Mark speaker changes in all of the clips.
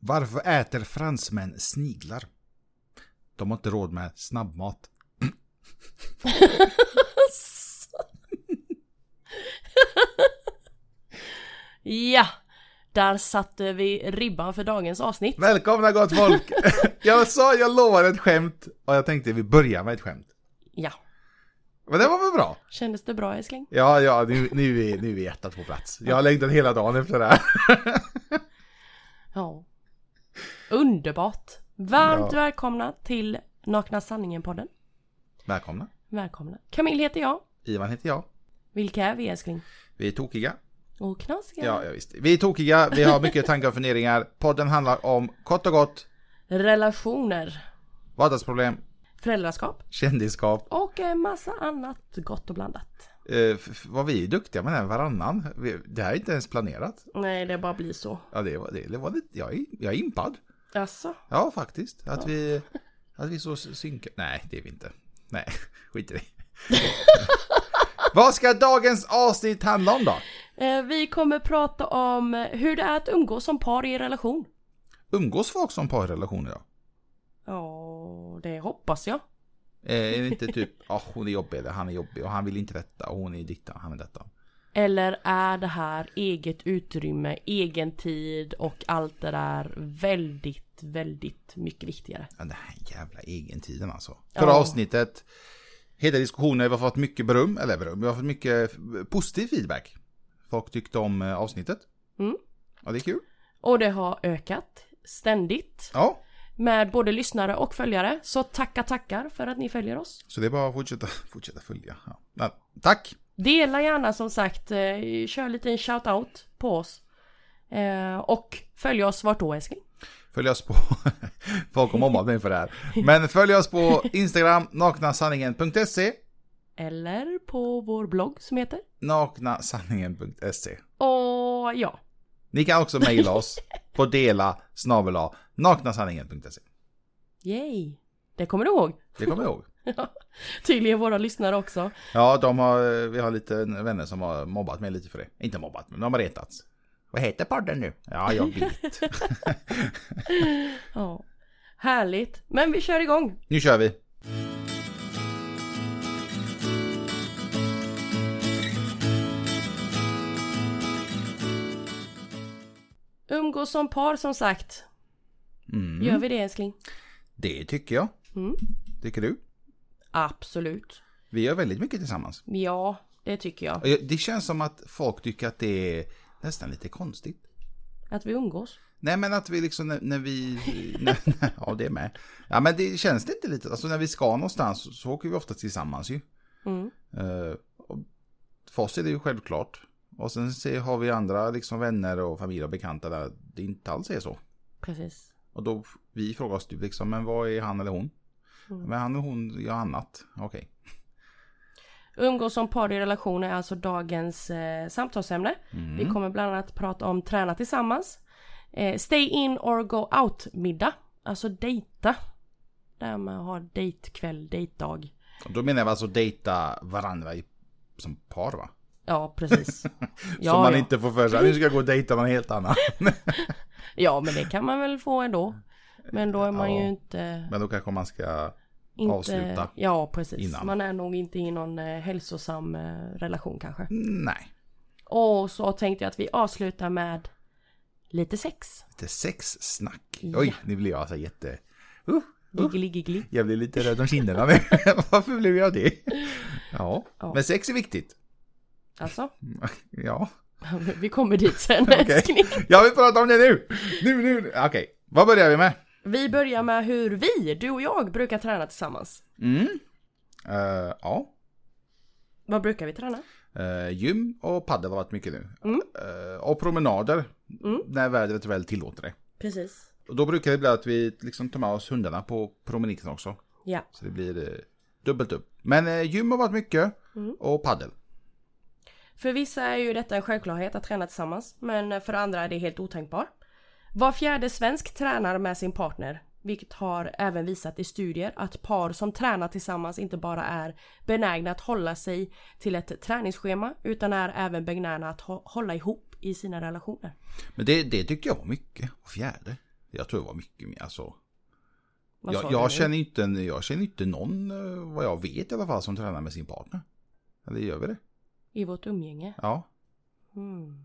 Speaker 1: Varför äter fransmän sniglar? De har inte råd med snabbmat.
Speaker 2: ja, där satte vi ribban för dagens avsnitt.
Speaker 1: Välkomna gott folk! jag sa jag lovar ett skämt och jag tänkte vi börjar med ett skämt.
Speaker 2: Ja,
Speaker 1: Men det var väl bra?
Speaker 2: kändes det bra älskling?
Speaker 1: Ja, ja, nu, nu, är, nu är hjärtat på plats. Jag har längtat hela dagen efter det här.
Speaker 2: Ja. Underbart! Varmt
Speaker 1: Ja.
Speaker 2: välkomna till Nakna Sanningen-podden.
Speaker 1: Välkomna!
Speaker 2: Välkomna. Camille heter jag.
Speaker 1: Ivan heter jag.
Speaker 2: Vilka är vi älskling?
Speaker 1: Vi är tokiga.
Speaker 2: Och knasiga.
Speaker 1: Ja, ja visst. Vi är tokiga, vi har mycket tankar och funderingar. Podden handlar om kort och gott,
Speaker 2: Relationer.
Speaker 1: vardagsproblem,
Speaker 2: Föräldraskap.
Speaker 1: kändisskap.
Speaker 2: Och en massa annat gott och blandat.
Speaker 1: Eh, f- f- vad vi är duktiga med den varannan. Vi, det här är inte ens planerat.
Speaker 2: Nej, det bara blir så.
Speaker 1: Ja, det var, det, det var lite, jag, är, jag är impad.
Speaker 2: Alltså.
Speaker 1: Ja, faktiskt. Att vi, att vi är så synkade. Nej, det är vi inte. Nej, skit i det. Vad ska dagens avsnitt handla om då?
Speaker 2: Eh, vi kommer prata om hur det är att umgås som par i relation.
Speaker 1: Umgås folk som par i relationer då?
Speaker 2: Ja, det hoppas jag.
Speaker 1: Eh, är det inte typ, ah hon är jobbig eller han är jobbig och han vill inte detta och hon är ditta och han är detta.
Speaker 2: Eller är det här eget utrymme, egen tid och allt det där väldigt, väldigt mycket viktigare?
Speaker 1: Ja, den här jävla egentiden alltså. Förra
Speaker 2: Ja.
Speaker 1: avsnittet, hela diskussionen, vi har fått mycket beröm, eller beröm, vi har fått mycket eh, positiv feedback. Folk tyckte om eh, avsnittet.
Speaker 2: Mm.
Speaker 1: Ja, det är kul.
Speaker 2: Och det har ökat ständigt
Speaker 1: Ja,
Speaker 2: med både lyssnare och följare. Så tacka tackar för att ni följer oss.
Speaker 1: så det är bara att fortsätta, fortsätta följa. Ja. Men, tack!
Speaker 2: Dela gärna som sagt, eh, kör lite en shout-out på oss. Eh, och följ oss vart då älskling?
Speaker 1: Följ oss på... Folk kommer mobba mig för det här. Men följ oss på Instagram, naknasanningen.se.
Speaker 2: Eller på vår blogg som heter?
Speaker 1: Naknasanningen.se.
Speaker 2: Och ja,
Speaker 1: Ni kan också mejla oss på dela snabel naknasanningen.se.
Speaker 2: yay! Det kommer du ihåg?
Speaker 1: Det kommer jag ihåg.
Speaker 2: Tydligen våra lyssnare också.
Speaker 1: Ja, de har, eh, vi har lite vänner som har mobbat mig lite för det. Inte mobbat, men de har retats. Vad heter podden nu? Ja, jag vet.
Speaker 2: Ja, härligt. Men vi kör igång.
Speaker 1: nu kör vi.
Speaker 2: Umgås som par som sagt.
Speaker 1: Mm,
Speaker 2: Gör vi det älskling?
Speaker 1: det tycker jag.
Speaker 2: Mm.
Speaker 1: Tycker du?
Speaker 2: Absolut.
Speaker 1: Vi gör väldigt mycket tillsammans.
Speaker 2: Ja, det tycker jag.
Speaker 1: Och jag- Det känns som att folk tycker att det är nästan lite konstigt.
Speaker 2: Att vi umgås.
Speaker 1: Nej men att vi liksom när, när vi... När, när, ja det är med. Ja men det känns det inte lite, alltså när vi ska någonstans så, så åker vi ofta tillsammans ju.
Speaker 2: Mm.
Speaker 1: Eh, och för oss är det ju självklart. Och sen ser, har vi andra liksom vänner och familj och bekanta där det inte alls är så.
Speaker 2: Precis.
Speaker 1: Och då f- vi frågar oss typ liksom, men vad är han eller hon? Men han eller hon gör annat. Okej.
Speaker 2: Umgås som par i relationer är alltså dagens eh, samtalsämne.
Speaker 1: Mm.
Speaker 2: Vi kommer bland annat prata om träna tillsammans. Eh, stay in or go out middag. Alltså dejta. Det här med att ha dejtkväll, dejtdag.
Speaker 1: Och Då menar jag alltså dejta varandra i, som par va?
Speaker 2: Ja precis. ja,
Speaker 1: Som man
Speaker 2: ja.
Speaker 1: inte får för sig, nu ska jag gå och dejta någon helt annan.
Speaker 2: ja men det kan man väl få ändå. Men då är man
Speaker 1: Ja.
Speaker 2: ju inte...
Speaker 1: men då kanske man ska...
Speaker 2: inte
Speaker 1: avsluta
Speaker 2: Ja precis.
Speaker 1: innan.
Speaker 2: Man är nog inte i någon eh, hälsosam eh, relation kanske.
Speaker 1: Nej.
Speaker 2: Och så tänkte jag att vi avslutar med lite sex.
Speaker 1: Lite sexsnack.
Speaker 2: Ja.
Speaker 1: Oj, nu blir jag så jätte... Uh,
Speaker 2: Giggeligiggeli.
Speaker 1: jag blir lite röd om kinderna nu. Varför blev jag det? Ja.
Speaker 2: Ja.
Speaker 1: men sex är viktigt.
Speaker 2: Alltså.
Speaker 1: Ja.
Speaker 2: Vi kommer dit sen älskling.
Speaker 1: Jag vill prata om det nu! Nu, nu, nu. Okej. Vad börjar vi med?
Speaker 2: Vi börjar med hur vi, du och jag, brukar träna tillsammans.
Speaker 1: Mm. Eh, ja.
Speaker 2: Vad brukar vi träna?
Speaker 1: Eh, gym och padel har varit mycket nu.
Speaker 2: Mm.
Speaker 1: Eh, och promenader.
Speaker 2: Mm.
Speaker 1: När vädret väl tillåter det.
Speaker 2: Precis.
Speaker 1: Och då brukar det bli att vi liksom tar med oss hundarna på promenaden också.
Speaker 2: Ja,
Speaker 1: Så det blir eh, dubbelt upp. Men eh, gym har varit mycket
Speaker 2: Mm.
Speaker 1: och paddel.
Speaker 2: för vissa är ju detta en självklarhet att träna tillsammans, men för andra är det helt otänkbar. Var fjärde svensk tränar med sin partner, vilket har även visat i studier att par som tränar tillsammans inte bara är benägna att hålla sig till ett träningsschema utan är även benägna att hå- hålla ihop i sina relationer.
Speaker 1: Men det, det tyckte jag var mycket. Och fjärde. Det Jag tror det var mycket mer. Alltså,
Speaker 2: Vad sa
Speaker 1: jag,
Speaker 2: du nu?
Speaker 1: jag, känner inte, en- jag känner inte någon, eh, vad jag vet i alla fall, som tränar med sin partner. Eller gör vi det?
Speaker 2: I vårt umgänge.
Speaker 1: Ja.
Speaker 2: Mm.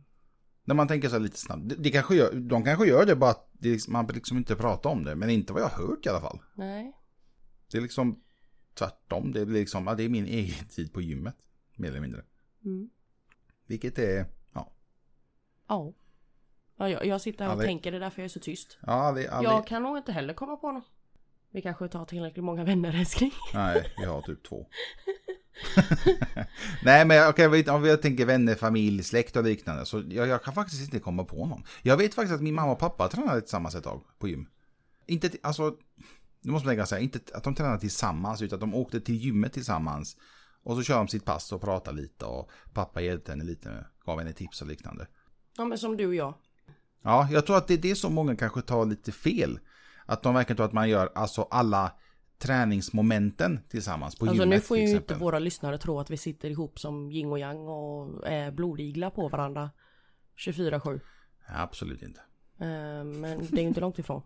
Speaker 1: När man tänker så här lite snabbt. Det, det kanske gör, de kanske gör det bara att det, är liksom- man liksom inte pratar om det. Men inte vad jag har hört i alla fall.
Speaker 2: Nej.
Speaker 1: Det är liksom tvärtom. Det blir liksom, ja, det är min egen tid på gymmet. Mer eller mindre.
Speaker 2: Mm.
Speaker 1: Vilket är, ja.
Speaker 2: Ja. ja jag, jag sitter här och
Speaker 1: Aldrig.
Speaker 2: tänker, det är därför jag är så tyst.
Speaker 1: Ja, det, ja,
Speaker 2: Jag
Speaker 1: det,
Speaker 2: kan nog inte heller komma på något. Vi kanske inte har tillräckligt många vänner älskling.
Speaker 1: nej, vi har typ två. nej, men okej, vi- om jag tänker vänner, familj, släkt och liknande. Så jag, jag kan faktiskt inte komma på någon. Jag vet faktiskt att min mamma och pappa tränade tillsammans ett tag på gym. Inte, till- alltså, nu måste man tänka så här, inte att de tränade tillsammans, utan att de åkte till gymmet tillsammans. Och så kör de sitt pass och pratar lite och pappa hjälpte henne lite, gav henne tips och liknande.
Speaker 2: Ja men som du och jag.
Speaker 1: Ja, jag tror att det är det som många kanske tar lite fel. Att de verkar tro att man gör alltså alla träningsmomenten tillsammans på
Speaker 2: Alltså
Speaker 1: gymmet
Speaker 2: nu får
Speaker 1: till
Speaker 2: ju inte
Speaker 1: exempel.
Speaker 2: våra lyssnare tro att vi sitter ihop som yin och yang och är blodiglar på varandra 24-7.
Speaker 1: Absolut inte.
Speaker 2: Eh, Men det är ju inte långt ifrån.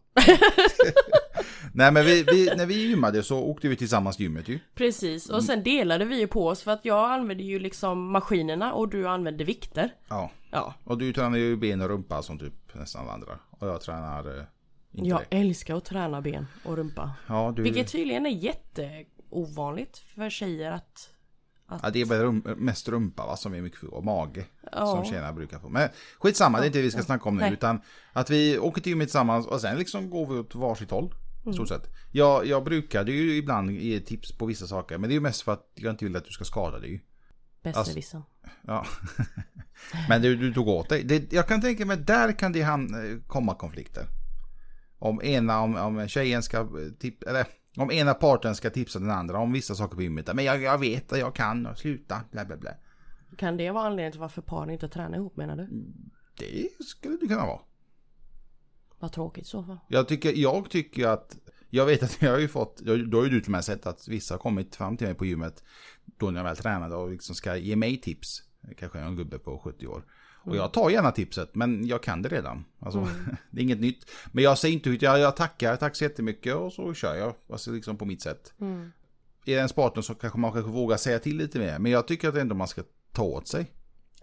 Speaker 1: Nej men vi, vi, när vi gymmade så åkte vi tillsammans till gymmet ju.
Speaker 2: Precis, och sen delade vi ju på oss för att jag använde ju liksom maskinerna och du använde vikter.
Speaker 1: Ja.
Speaker 2: Ja.
Speaker 1: Och du tränar ju ben och rumpa som typ nästan alla andra. Och jag tränar eh, inte
Speaker 2: Jag
Speaker 1: det.
Speaker 2: älskar att träna ben och rumpa.
Speaker 1: Ja, du...
Speaker 2: Vilket tydligen är jätteovanligt för tjejer att...
Speaker 1: Ja, det är väl rum, mest rumpa va, som vi är mycket för. Och mage.
Speaker 2: Ja.
Speaker 1: Som tjejerna brukar få. Men skitsamma, det är inte det vi ska snacka om nu.
Speaker 2: Nej.
Speaker 1: Utan att vi åker till gymmet tillsammans och sen liksom går vi åt varsitt håll. I stort
Speaker 2: Mm.
Speaker 1: sett. Jag, jag brukade ju ibland ge tips på vissa saker. Men det är ju mest för att jag inte vill att du ska skada dig. ju. Alltså-
Speaker 2: Besserwissern.
Speaker 1: Ja. men du, du tog åt dig. Det, jag kan tänka mig där kan det ham- komma konflikter. Om ena, om, om tjejen ska tipsa, eller om ena parten ska tipsa den andra om vissa saker på gymmet. Men jag, jag vet och jag kan och sluta, bla bla bla.
Speaker 2: Kan det vara anledningen till varför par inte tränar ihop menar
Speaker 1: Mm.
Speaker 2: du?
Speaker 1: Det skulle det kunna vara.
Speaker 2: Vad tråkigt i så fall.
Speaker 1: Jag tycker, jag tycker ju att, jag vet att jag har ju fått, jag- då har ju du till och med sett att vissa har kommit fram till mig på gymmet då när jag väl tränade och liksom ska ge mig tips. Kanske jag är en gubbe på 70 år. Och jag tar gärna tipset men jag kan det redan. Alltså, det är inget nytt. Men jag säger inte ut, jag, jag tackar, tack så jättemycket och så kör jag. Alltså liksom på mitt sätt. I ens partner så kanske man kanske vågar säga till lite mer. Men jag tycker att ändå man ska ta åt sig.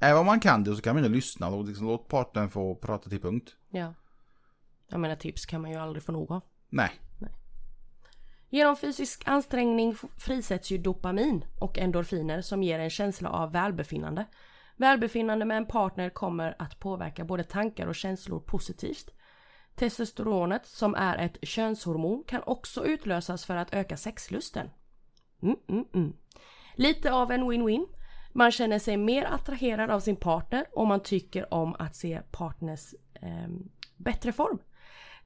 Speaker 1: Även om man kan det så kan man ju lyssna och liksom låt partnern få prata till punkt.
Speaker 2: Ja. Jag menar tips kan man ju aldrig få nog av.
Speaker 1: Nej.
Speaker 2: Genom fysisk ansträngning f- frisätts ju dopamin och endorfiner som ger en känsla av välbefinnande. Välbefinnande med en partner kommer att påverka både tankar och känslor positivt. Testosteronet som är ett könshormon kan också utlösas för att öka sexlusten. Mm, mm, mm. Lite av en win-win. Man känner sig mer attraherad av sin partner och man tycker om att se partners ehm, bättre form.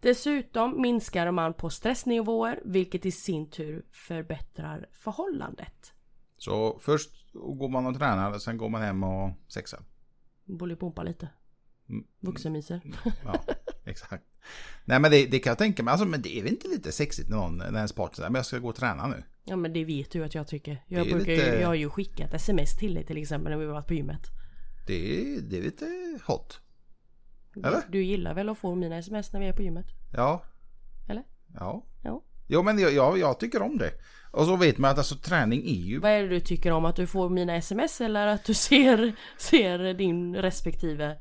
Speaker 2: Dessutom minskar man på stressnivåer vilket i sin tur förbättrar förhållandet.
Speaker 1: Så först går man och tränar, och sen går man hem och sexar.
Speaker 2: Bolibompa lite.
Speaker 1: Mm.
Speaker 2: Vuxenmyser.
Speaker 1: Ja, exakt. Nej men det, det kan jag tänka mig. Alltså men det är väl inte lite sexigt när någon, när ens partner säger men jag ska gå och träna nu.
Speaker 2: Ja men det vet du att jag tycker. Jag,
Speaker 1: Det är
Speaker 2: brukar
Speaker 1: lite-
Speaker 2: ju, jag har ju skickat sms till dig till exempel när vi varit på gymmet.
Speaker 1: Det, är- det är lite hot. Eller?
Speaker 2: Du gillar väl att få mina sms när vi är på gymmet?
Speaker 1: Ja.
Speaker 2: Eller?
Speaker 1: Ja.
Speaker 2: Ja.
Speaker 1: Jo men jag, jag, jag tycker om det. Och så vet man att alltså träning är ju...
Speaker 2: Vad är det du tycker om? Att du får mina sms eller att du ser, ser din respektive?
Speaker 1: Nej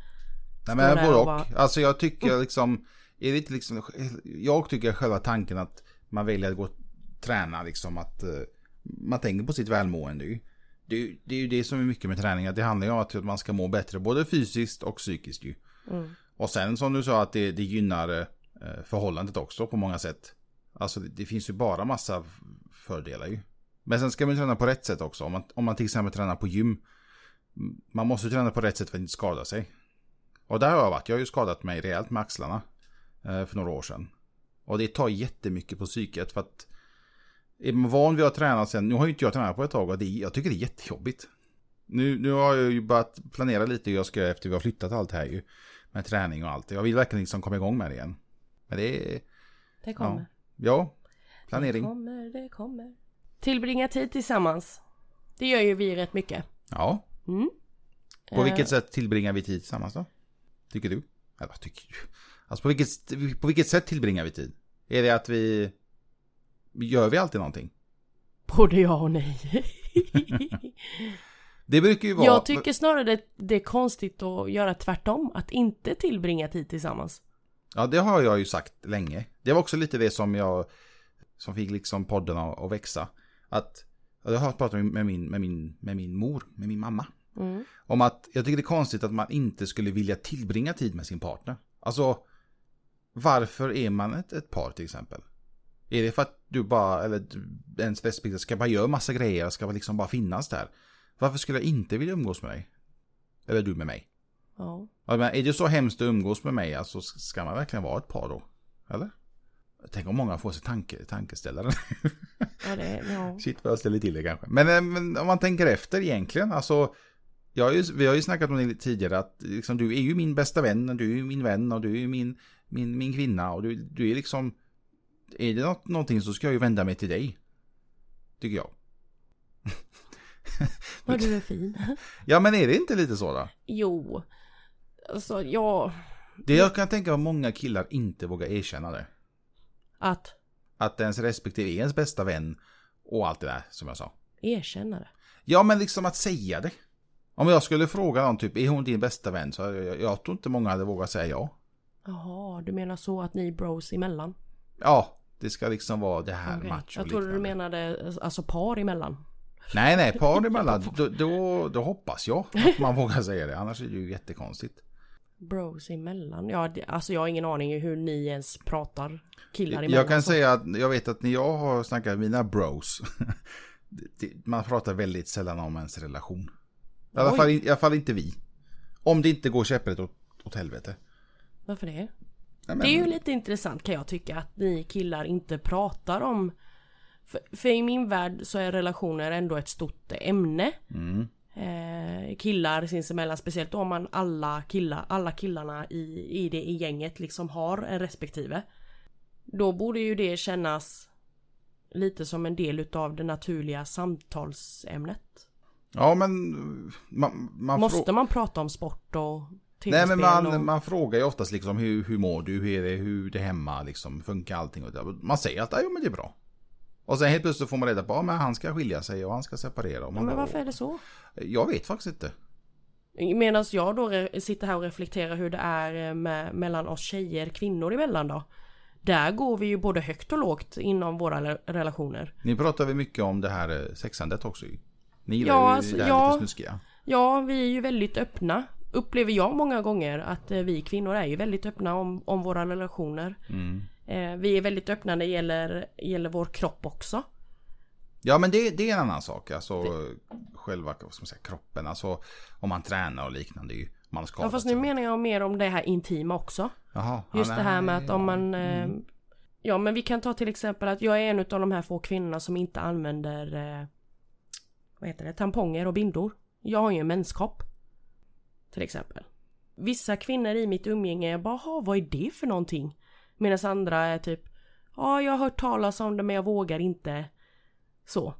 Speaker 2: står
Speaker 1: men
Speaker 2: där
Speaker 1: både
Speaker 2: och
Speaker 1: och.
Speaker 2: bara-
Speaker 1: Alltså jag tycker liksom... Är det inte liksom... Jag tycker själva tanken att man väljer att gå och träna liksom att... eh, Man tänker på sitt välmående ju. Det, är ju- det är ju det som är mycket med träning. Att det handlar ju om att man ska må bättre både fysiskt och psykiskt ju.
Speaker 2: Mm.
Speaker 1: Och sen som du sa att det, det gynnar eh, förhållandet också på många sätt. Alltså det, det finns ju bara massa f- fördelar ju. Men sen ska man ju träna på rätt sätt också. Om man, om man till exempel tränar på gym. m- Man måste ju träna på rätt sätt för att inte skada sig. Och där har jag varit. Jag har ju skadat mig rejält med axlarna. eh, För några år sedan. Och det tar jättemycket på psyket för att är man van vid att träna sen, nu har ju inte jag tränat på ett tag och det, jag tycker det är jättejobbigt. Nu, nu har jag ju börjat planera lite hur jag ska göra efter vi har flyttat allt här ju. Med träning och allt. Jag vill verkligen liksom komma igång med det igen. Men det är...
Speaker 2: Det
Speaker 1: Ja.
Speaker 2: kommer.
Speaker 1: ja
Speaker 2: Det
Speaker 1: planering.
Speaker 2: kommer, det kommer. Tillbringa tid tillsammans. Det gör ju vi rätt mycket.
Speaker 1: Ja.
Speaker 2: Mm. Eh.
Speaker 1: På vilket sätt tillbringar vi tid tillsammans då? Tycker du? Eller vad tycker du? Alltså på vilket, på vilket sätt tillbringar vi tid? Är det att vi... Gör vi alltid någonting?
Speaker 2: Både ja och nej.
Speaker 1: Det brukar ju vara...
Speaker 2: Jag tycker snarare det, det är konstigt att göra tvärtom. Att inte tillbringa tid tillsammans.
Speaker 1: Ja, det har jag ju sagt länge. Det var också lite det som jag... Som fick liksom podden att, att växa. Att... Jag har pratat med min, med, min, med min mor, med min mamma.
Speaker 2: Mm.
Speaker 1: Om att jag tycker det är konstigt att man inte skulle vilja tillbringa tid med sin partner. Alltså, varför är man ett, ett par till exempel? Är det för att du bara, eller du- ens respektive ska bara göra massa grejer, ska bara liksom bara finnas där? Varför skulle jag inte vilja umgås med dig? Eller du med mig?
Speaker 2: Ja.
Speaker 1: Jag menar, är det så hemskt att umgås med mig, alltså ska man verkligen vara ett par då? Eller? Tänk om många får sig tanke, tankeställare.
Speaker 2: Ja, det, ja.
Speaker 1: Shit vad jag ställer till det kanske. Men, eh, men om man tänker efter egentligen, alltså. Jag har ju, vi har ju snackat om det lite tidigare att liksom, du är ju min bästa vän och du är ju min vän och du är ju min, min, min kvinna och du, du är liksom. Är det något, någonting så ska jag ju vända mig till dig. Tycker jag.
Speaker 2: Vad du är fin.
Speaker 1: Ja men är det inte lite så då?
Speaker 2: Jo. Alltså, ja.
Speaker 1: Det jag kan tänka att många killar inte vågar erkänna det.
Speaker 2: Att
Speaker 1: Att ens respektive är ens bästa vän och allt det där som jag sa.
Speaker 2: erkänna det.
Speaker 1: Ja, men liksom att säga det. Om jag skulle fråga någon typ, är hon din bästa vän? Så hade jag, jag tror inte många hade vågat säga ja.
Speaker 2: Jaha, du menar så att ni är bros emellan?
Speaker 1: Ja, det ska liksom vara det här
Speaker 2: Okej.
Speaker 1: match och
Speaker 2: Jag trodde du
Speaker 1: liknande.
Speaker 2: menade alltså par emellan.
Speaker 1: Nej, nej, par emellan. Då, då, då hoppas jag att man vågar säga det. Annars är det ju jättekonstigt.
Speaker 2: Bros emellan? Ja, det, alltså jag har ingen aning hur ni ens pratar killar emellan. Alltså,
Speaker 1: Jag kan säga att jag vet att när jag har snackat med mina bros. det- det- man pratar väldigt sällan om ens relation. I alla,
Speaker 2: Oj.
Speaker 1: fall, I alla fall inte vi. Om det inte går käpprätt åt, åt helvete.
Speaker 2: Varför det?
Speaker 1: Nej,
Speaker 2: Det är ju lite intressant kan jag tycka att ni killar inte pratar om. För, för i min värld så är relationer ändå ett stort ämne.
Speaker 1: mm.
Speaker 2: Eh, killar sinsemellan, speciellt om man alla, killar, alla killarna i, i det i gänget liksom har en respektive. Då borde ju det kännas lite som en del utav det naturliga samtalsämnet.
Speaker 1: Ja, men... Man, man frå-
Speaker 2: Måste man prata om sport och
Speaker 1: Nej men man,
Speaker 2: och...
Speaker 1: man frågar ju oftast liksom hur, hur mår du, hur är det, hur är det hemma, liksom, funkar allting? Och det där. Man säger att "Ah, jo, men det är bra. Och sen helt plötsligt får man reda på att men han ska skilja sig och han ska separera. Och man
Speaker 2: Men
Speaker 1: bara, "Eh,
Speaker 2: varför är det så?
Speaker 1: Jag vet faktiskt inte.
Speaker 2: Medan jag då re- sitter här och reflekterar hur det är eh, med, mellan oss tjejer, kvinnor emellan då. Där går vi ju både högt och lågt inom våra re- relationer.
Speaker 1: Nu pratar vi mycket om det här eh, sexandet också ju. Ni gillar
Speaker 2: Ja,
Speaker 1: ju
Speaker 2: alltså,
Speaker 1: det här
Speaker 2: ja.
Speaker 1: lite snuskiga.
Speaker 2: Ja, vi är ju väldigt öppna. Upplever jag många gånger att eh, vi kvinnor är ju väldigt öppna om, om våra relationer.
Speaker 1: Mm.
Speaker 2: Eh, vi är väldigt öppna när det gäller, gäller vår kropp också.
Speaker 1: Ja men det, det är en annan sak. Alltså själva vad ska man säga, kroppen. Alltså om man tränar och liknande ju. Man har
Speaker 2: Ja,
Speaker 1: skadat
Speaker 2: fast nu
Speaker 1: sig.
Speaker 2: menar jag mer om det här intima också.
Speaker 1: Jaha, ja,
Speaker 2: Just det
Speaker 1: nej, Mm.
Speaker 2: här med att
Speaker 1: ja.
Speaker 2: om man... eh, Ja men vi kan ta till exempel att jag är en av de här få kvinnorna som inte använder eh, vad heter det, tamponger och bindor. Jag har ju en menskopp. Till exempel. Vissa kvinnor i mitt umgänge jag bara "Ha, vad är det för någonting? Medan andra är typ Ja jag har hört talas om det men jag vågar inte. Så.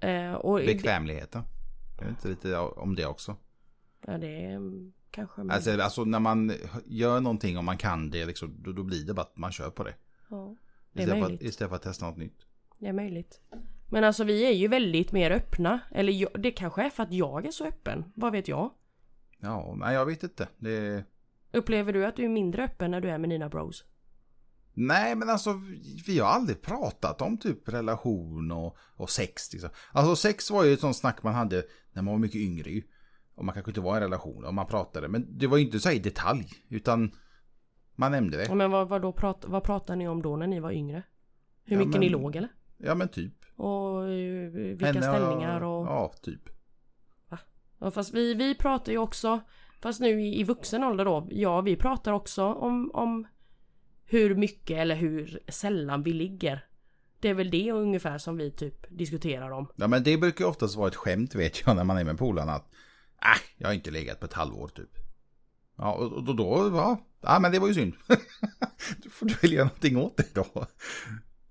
Speaker 2: Eh, och
Speaker 1: Bekvämligheten. Jag vet inte lite om det också.
Speaker 2: ja, det är mm, kanske... men-
Speaker 1: Alltså, alltså när man gör någonting och man kan det, liksom, då, då blir det bara att man kör på det.
Speaker 2: ja, det är
Speaker 1: Istället för, att,
Speaker 2: möjligt.
Speaker 1: istället för att testa något nytt.
Speaker 2: Det är möjligt. Men alltså vi är ju väldigt mer öppna. Eller jag, det kanske är för att jag är så öppen. Vad vet jag?
Speaker 1: Ja, nej jag vet inte. Det...
Speaker 2: Upplever du att du är mindre öppen när du är med dina bros?
Speaker 1: Nej men alltså vi- vi har aldrig pratat om typ relation och, och sex. Liksom. Alltså sex var ju ett sånt snack man hade när man var mycket yngre ju. Och man kanske inte var i en relation och man pratade. Men det var ju inte så här i detalj. Utan man nämnde
Speaker 2: Ja,
Speaker 1: det.
Speaker 2: Men vad, vad, då prat, vad pratade ni om då när ni var yngre? Hur
Speaker 1: Ja,
Speaker 2: mycket
Speaker 1: men-
Speaker 2: ni låg eller?
Speaker 1: Ja men typ.
Speaker 2: Och eh, vilka
Speaker 1: Henne och-
Speaker 2: ställningar och... Ja.
Speaker 1: Ja, typ.
Speaker 2: fast vi, vi pratar ju också... Fast nu i, i vuxen ålder då. Ja vi pratar också om, om hur mycket eller hur sällan vi ligger. Det är väl det ungefär som vi typ diskuterar om.
Speaker 1: Ja men det brukar ju oftast vara ett skämt vet jag när man är med polarna. Att, äh, jag har inte legat på ett halvår typ. Ja och och då, då ja, ja men det var ju synd. då får du väl göra någonting åt det då.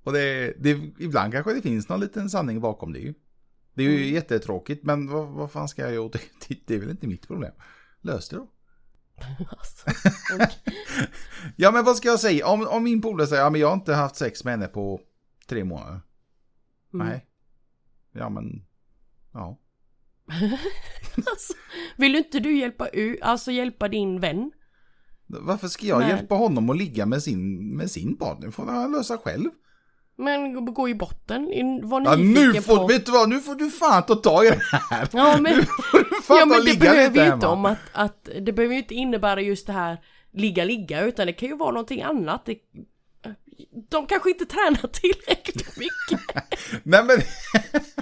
Speaker 1: Och det, det, ibland kanske det finns någon liten sanning bakom det ju. Det är ju jättetråkigt men vad, vad fan ska jag göra åt det? det? Det är väl inte mitt problem. Lös det då.
Speaker 2: Alltså, okej.
Speaker 1: Ja men vad ska jag säga? Om, om min polare säger ja men jag har inte haft sex med henne på tre månader.
Speaker 2: Mm.
Speaker 1: Nej. Ja men, ja.
Speaker 2: Alltså, vill inte du hjälpa, u- alltså hjälpa din vän?
Speaker 1: Varför ska jag
Speaker 2: Nej.
Speaker 1: hjälpa honom att ligga med sin, med sin partner? får han lösa själv.
Speaker 2: Men gå- gå i botten, in- var
Speaker 1: Ja,
Speaker 2: nyfiken
Speaker 1: nu får,
Speaker 2: på...
Speaker 1: vet du vad, nu får du fan ta tag i det här.
Speaker 2: Ja men,
Speaker 1: Får du fan
Speaker 2: ja,
Speaker 1: ta
Speaker 2: men
Speaker 1: och
Speaker 2: det
Speaker 1: ligga
Speaker 2: behöver
Speaker 1: lite
Speaker 2: ju
Speaker 1: hemma.
Speaker 2: inte om att, att, det behöver ju inte innebära just det här ligga ligga utan det kan ju vara någonting annat. Det, de kanske inte tränar tillräckligt mycket.
Speaker 1: Nej men...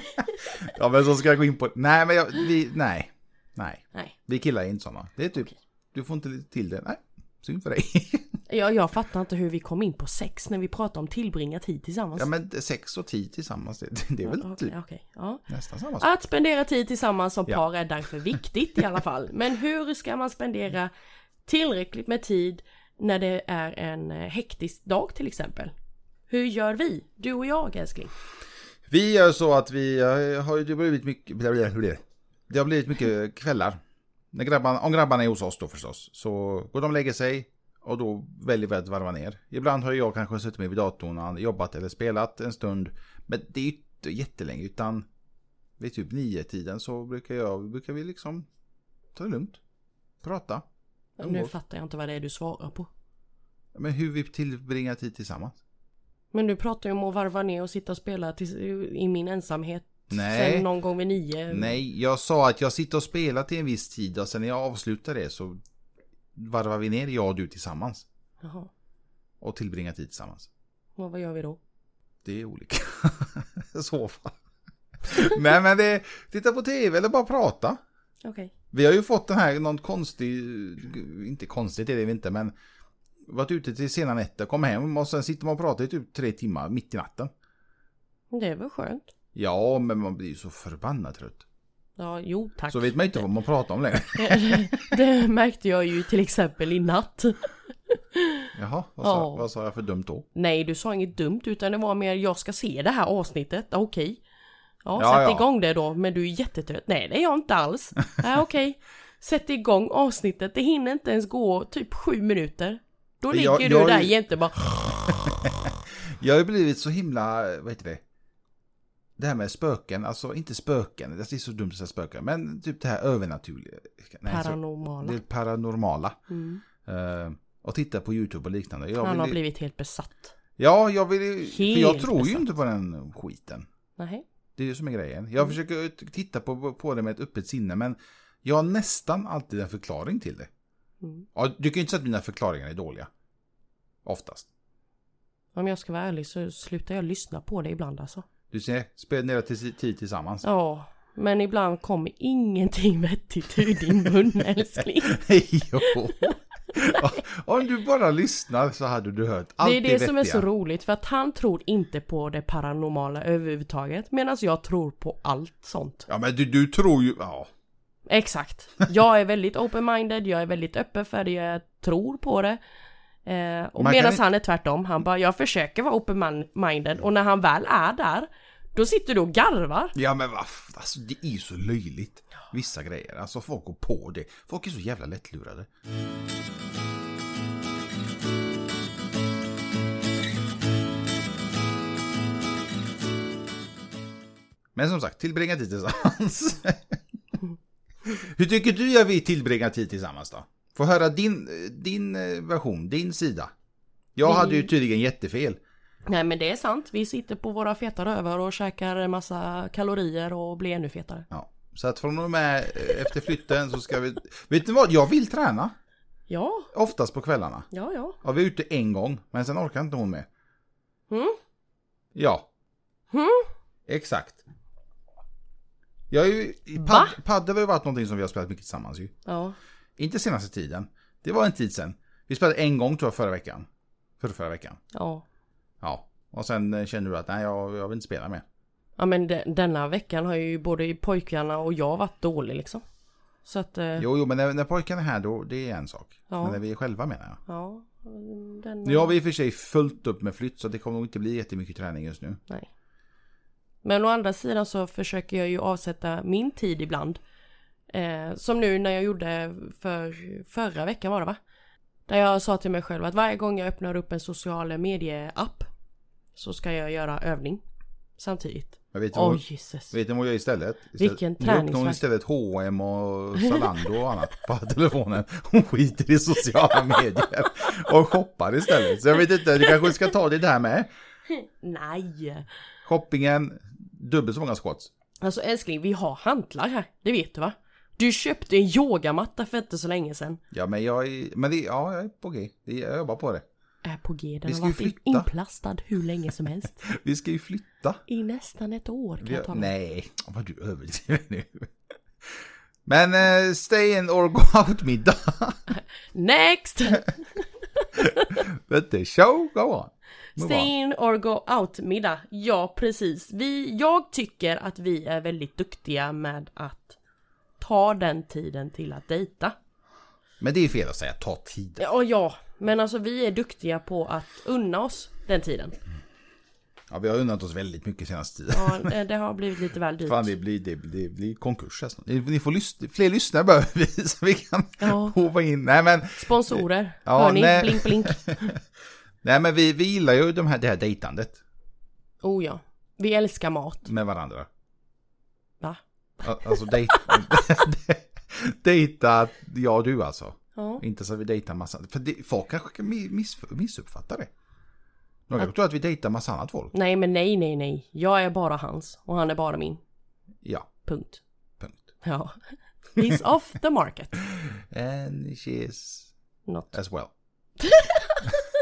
Speaker 1: ja men så ska jag gå in på Nej men jag, vi, nej. Nej.
Speaker 2: Nej,
Speaker 1: Vi killar är inte sådana. Det är typ, du får inte till det. Nej. Synd för dig.
Speaker 2: jag, jag fattar inte hur vi kom in på sex när vi pratade om tillbringa tid tillsammans.
Speaker 1: ja men sex och tid tillsammans, det, det är väl
Speaker 2: Okej,
Speaker 1: typ
Speaker 2: okej, ja.
Speaker 1: nästan samma sak.
Speaker 2: Att spendera tid tillsammans som
Speaker 1: Ja.
Speaker 2: par är därför viktigt i alla fall. Men hur ska man spendera tillräckligt med tid när det är en eh, hektisk dag till exempel? Hur gör vi? Du och jag älskling.
Speaker 1: Vi gör så att vi eh, har ju det har blivit mycket, bla, bla, bla. det har blivit mycket kvällar. När grabbarna, om grabbarna är hos oss då förstås, så går de och lägger sig och då väljer vi att varva ner. Ibland har jag kanske suttit med vid datorn, jobbat eller spelat en stund. Men det är ju inte jättelänge utan vid typ nio tiden så brukar, jag, brukar vi liksom ta det lugnt. Prata.
Speaker 2: Nu
Speaker 1: umgås.
Speaker 2: fattar jag inte vad det är du svarar på.
Speaker 1: Men hur vi tillbringar tid tillsammans.
Speaker 2: Men du pratar ju om att varva ner och sitta och spela tills- i min ensamhet.
Speaker 1: Nej.
Speaker 2: Sen någon gång vid nio.
Speaker 1: Nej, jag sa att jag sitter och spelar till en viss tid och sen när jag avslutar det så varvar vi ner jag och du tillsammans
Speaker 2: Jaha.
Speaker 1: och tillbringar tid tillsammans.
Speaker 2: Och vad gör vi då?
Speaker 1: Det är olika. så fall. Nej men det, titta på tv eller bara prata.
Speaker 2: Okej.
Speaker 1: Vi har ju fått den här någon konstig, inte konstigt är det inte men varit ute till sena nätter, kom hem och sen sitter man och pratar i typ tre timmar mitt i natten.
Speaker 2: Det är väl skönt.
Speaker 1: Ja, men man blir ju så förbannat trött.
Speaker 2: Ja, jo tack.
Speaker 1: Så vet man ju inte vad man pratar om längre.
Speaker 2: Det märkte jag ju till exempel i natt.
Speaker 1: Jaha, vad sa,
Speaker 2: Ja.
Speaker 1: vad sa jag för dumt då?
Speaker 2: Nej, du sa inget dumt utan det var mer jag ska se det här avsnittet. Ja, Okej. Ja,
Speaker 1: Ja,
Speaker 2: sätt
Speaker 1: ja.
Speaker 2: igång det då. Men du är jättetrött. Nej, det är jag inte alls. Nej, okej. Sätt igång avsnittet. Det hinner inte ens gå typ sju minuter. Då ligger
Speaker 1: Jag-
Speaker 2: du
Speaker 1: jag-
Speaker 2: där jämte bara.
Speaker 1: Jag har ju blivit så himla, vad heter det? Det här med spöken, alltså inte spöken, det är så dumt att säga spöken, men typ det här övernaturliga. Nej, så-
Speaker 2: Paranormala.
Speaker 1: Det paranormala.
Speaker 2: Mm.
Speaker 1: Eh, och titta på YouTube och liknande. Jag
Speaker 2: Han
Speaker 1: vill,
Speaker 2: har
Speaker 1: ju-
Speaker 2: blivit helt besatt.
Speaker 1: Ja, jag vill ju- för jag
Speaker 2: Helt
Speaker 1: tror ju
Speaker 2: besatt.
Speaker 1: inte på den skiten.
Speaker 2: Nej.
Speaker 1: Det är ju som är grejen.
Speaker 2: Mm.
Speaker 1: Jag försöker ju t- titta på, på det med ett öppet sinne, men jag har nästan alltid en förklaring till det.
Speaker 2: Mm.
Speaker 1: Ja, du kan ju inte säga att mina förklaringar är dåliga. Oftast.
Speaker 2: Om jag ska vara ärlig så slutar jag lyssna på det ibland alltså.
Speaker 1: Du ser, spendera till- tid tillsammans.
Speaker 2: Ja, men ibland kommer ingenting vettigt ur din mun älskling.
Speaker 1: jo. Om du bara lyssnar så hade du hört allt
Speaker 2: det är det som är så
Speaker 1: vettiga.
Speaker 2: roligt för att han tror inte på det paranormala överhuvudtaget medan jag tror på allt sånt.
Speaker 1: Ja men du, du tror ju, ja.
Speaker 2: Exakt. Jag är väldigt open-minded, jag är väldigt öppen för det, jag tror på det. Eh, och
Speaker 1: Man kan
Speaker 2: medan
Speaker 1: i-
Speaker 2: han är tvärtom, han bara jag försöker vara open-minded och när han väl är där då sitter du och garvar.
Speaker 1: Ja men vaff, alltså det är ju så löjligt. Vissa grejer, alltså folk går på det. Folk är så jävla lättlurade. Men som sagt, tillbringa tid tillsammans. Hur tycker du att vi tillbringar tid tillsammans då? Få höra din, din eh, version, din sida. Jag hade ju tydligen jättefel.
Speaker 2: Nej men det är sant, vi sitter på våra feta rövar och käkar en massa kalorier och blir ännu fetare.
Speaker 1: Ja. Så att från och med eh, efter flytten så ska vi... Vet ni vad? Jag vill träna.
Speaker 2: Ja,
Speaker 1: Oftast på kvällarna.
Speaker 2: ja, ja.
Speaker 1: Ja, vi är ute en gång, men sen orkar inte hon med.
Speaker 2: Mm.
Speaker 1: Ja,
Speaker 2: Hmm?
Speaker 1: exakt. Jag är ju... i Pad, paddel har ju varit någonting som vi har spelat mycket tillsammans ju.
Speaker 2: Ja,
Speaker 1: Inte senaste tiden. Det var en tid sen. Vi spelade en gång tror jag förra veckan. Förra, förra veckan.
Speaker 2: ja.
Speaker 1: Ja. Och sen eh, kände du att nej, jag, jag vill inte spela mer.
Speaker 2: Ja men de, denna veckan har ju både pojkarna och jag varit dålig liksom. Så att, eh,
Speaker 1: Jo, jo, men när, när pojken är här då, det är en sak.
Speaker 2: Ja.
Speaker 1: Men när vi är själva menar jag.
Speaker 2: ja. Denna...
Speaker 1: Nu har vi i och för sig fullt upp med flytt så det kommer nog inte bli jättemycket träning just nu.
Speaker 2: Nej. Men å andra sidan så försöker jag ju avsätta min tid ibland. Eh, som nu när jag gjorde för förra veckan var det va? Där jag sa till mig själv att varje gång jag öppnar upp en social medie-app så ska jag göra övning samtidigt.
Speaker 1: Men vet du
Speaker 2: Åh
Speaker 1: vad-
Speaker 2: Jesus.
Speaker 1: Vet ni vad jag gör istället? istället
Speaker 2: Vilken
Speaker 1: nu öppnar hon
Speaker 2: träningsvärk.
Speaker 1: istället H&M och Zalando och annat på telefonen. Hon skiter i sociala medier och shoppar istället. Så jag vet inte, du kanske ska ta det där med.
Speaker 2: Nej.
Speaker 1: Shoppingen, dubbelt så många squats.
Speaker 2: Alltså älskling, vi har hantlar här. Det vet du va? Du köpte en yogamatta för inte så länge sedan.
Speaker 1: Ja, men jag är, men det, ja, jag är på G. Det- Jag jobbar på det.
Speaker 2: Är på G. Den
Speaker 1: Vi
Speaker 2: har
Speaker 1: ska ju
Speaker 2: varit in-
Speaker 1: flytta.
Speaker 2: inplastad hur länge som helst.
Speaker 1: Vi ska ju flytta.
Speaker 2: I nästan ett år kan
Speaker 1: Vi,
Speaker 2: jag ta mig.
Speaker 1: nej, vad du överdriver nu. Men eh, stay in or go out-middag.
Speaker 2: Next!
Speaker 1: Let the show go on. Move
Speaker 2: Stay
Speaker 1: on.
Speaker 2: in or go out middag. Ja precis. Vi, jag tycker att vi är väldigt duktiga med att ta den tiden till att dejta.
Speaker 1: Men det är fel att säga ta tid.
Speaker 2: Ja, ja. Men alltså vi är duktiga på att unna oss den tiden.
Speaker 1: Ja, vi har unnat oss väldigt mycket senaste tiden.
Speaker 2: Ja, eh, det har blivit lite väl dyrt.
Speaker 1: Fan, det blir, det, det blir konkurs här snart. Ni ni får lyssna, fler lyssnare behöver vi så vi kan
Speaker 2: Ja.
Speaker 1: hova in. Nej men,
Speaker 2: Sponsorer.
Speaker 1: Ja,
Speaker 2: Hör ni?
Speaker 1: nej.
Speaker 2: Blink blink.
Speaker 1: nej, men vi, vi gillar ju de här, det här dejtandet
Speaker 2: Oh ja. Vi älskar mat.
Speaker 1: med varandra.
Speaker 2: Va?
Speaker 1: Al- Alltså dejt, dejta, ja du alltså.
Speaker 2: Ja.
Speaker 1: Inte så att vi dejtar massa, för det, folk kanske kan mi- miss, missuppfatta det. De kanske tror att vi dejtar massa annat folk.
Speaker 2: Nej men nej nej nej. Jag är bara hans och han är bara min.
Speaker 1: Ja,
Speaker 2: Punkt.
Speaker 1: punkt.
Speaker 2: Ja. He's off the market.
Speaker 1: And she is
Speaker 2: Not.
Speaker 1: as well.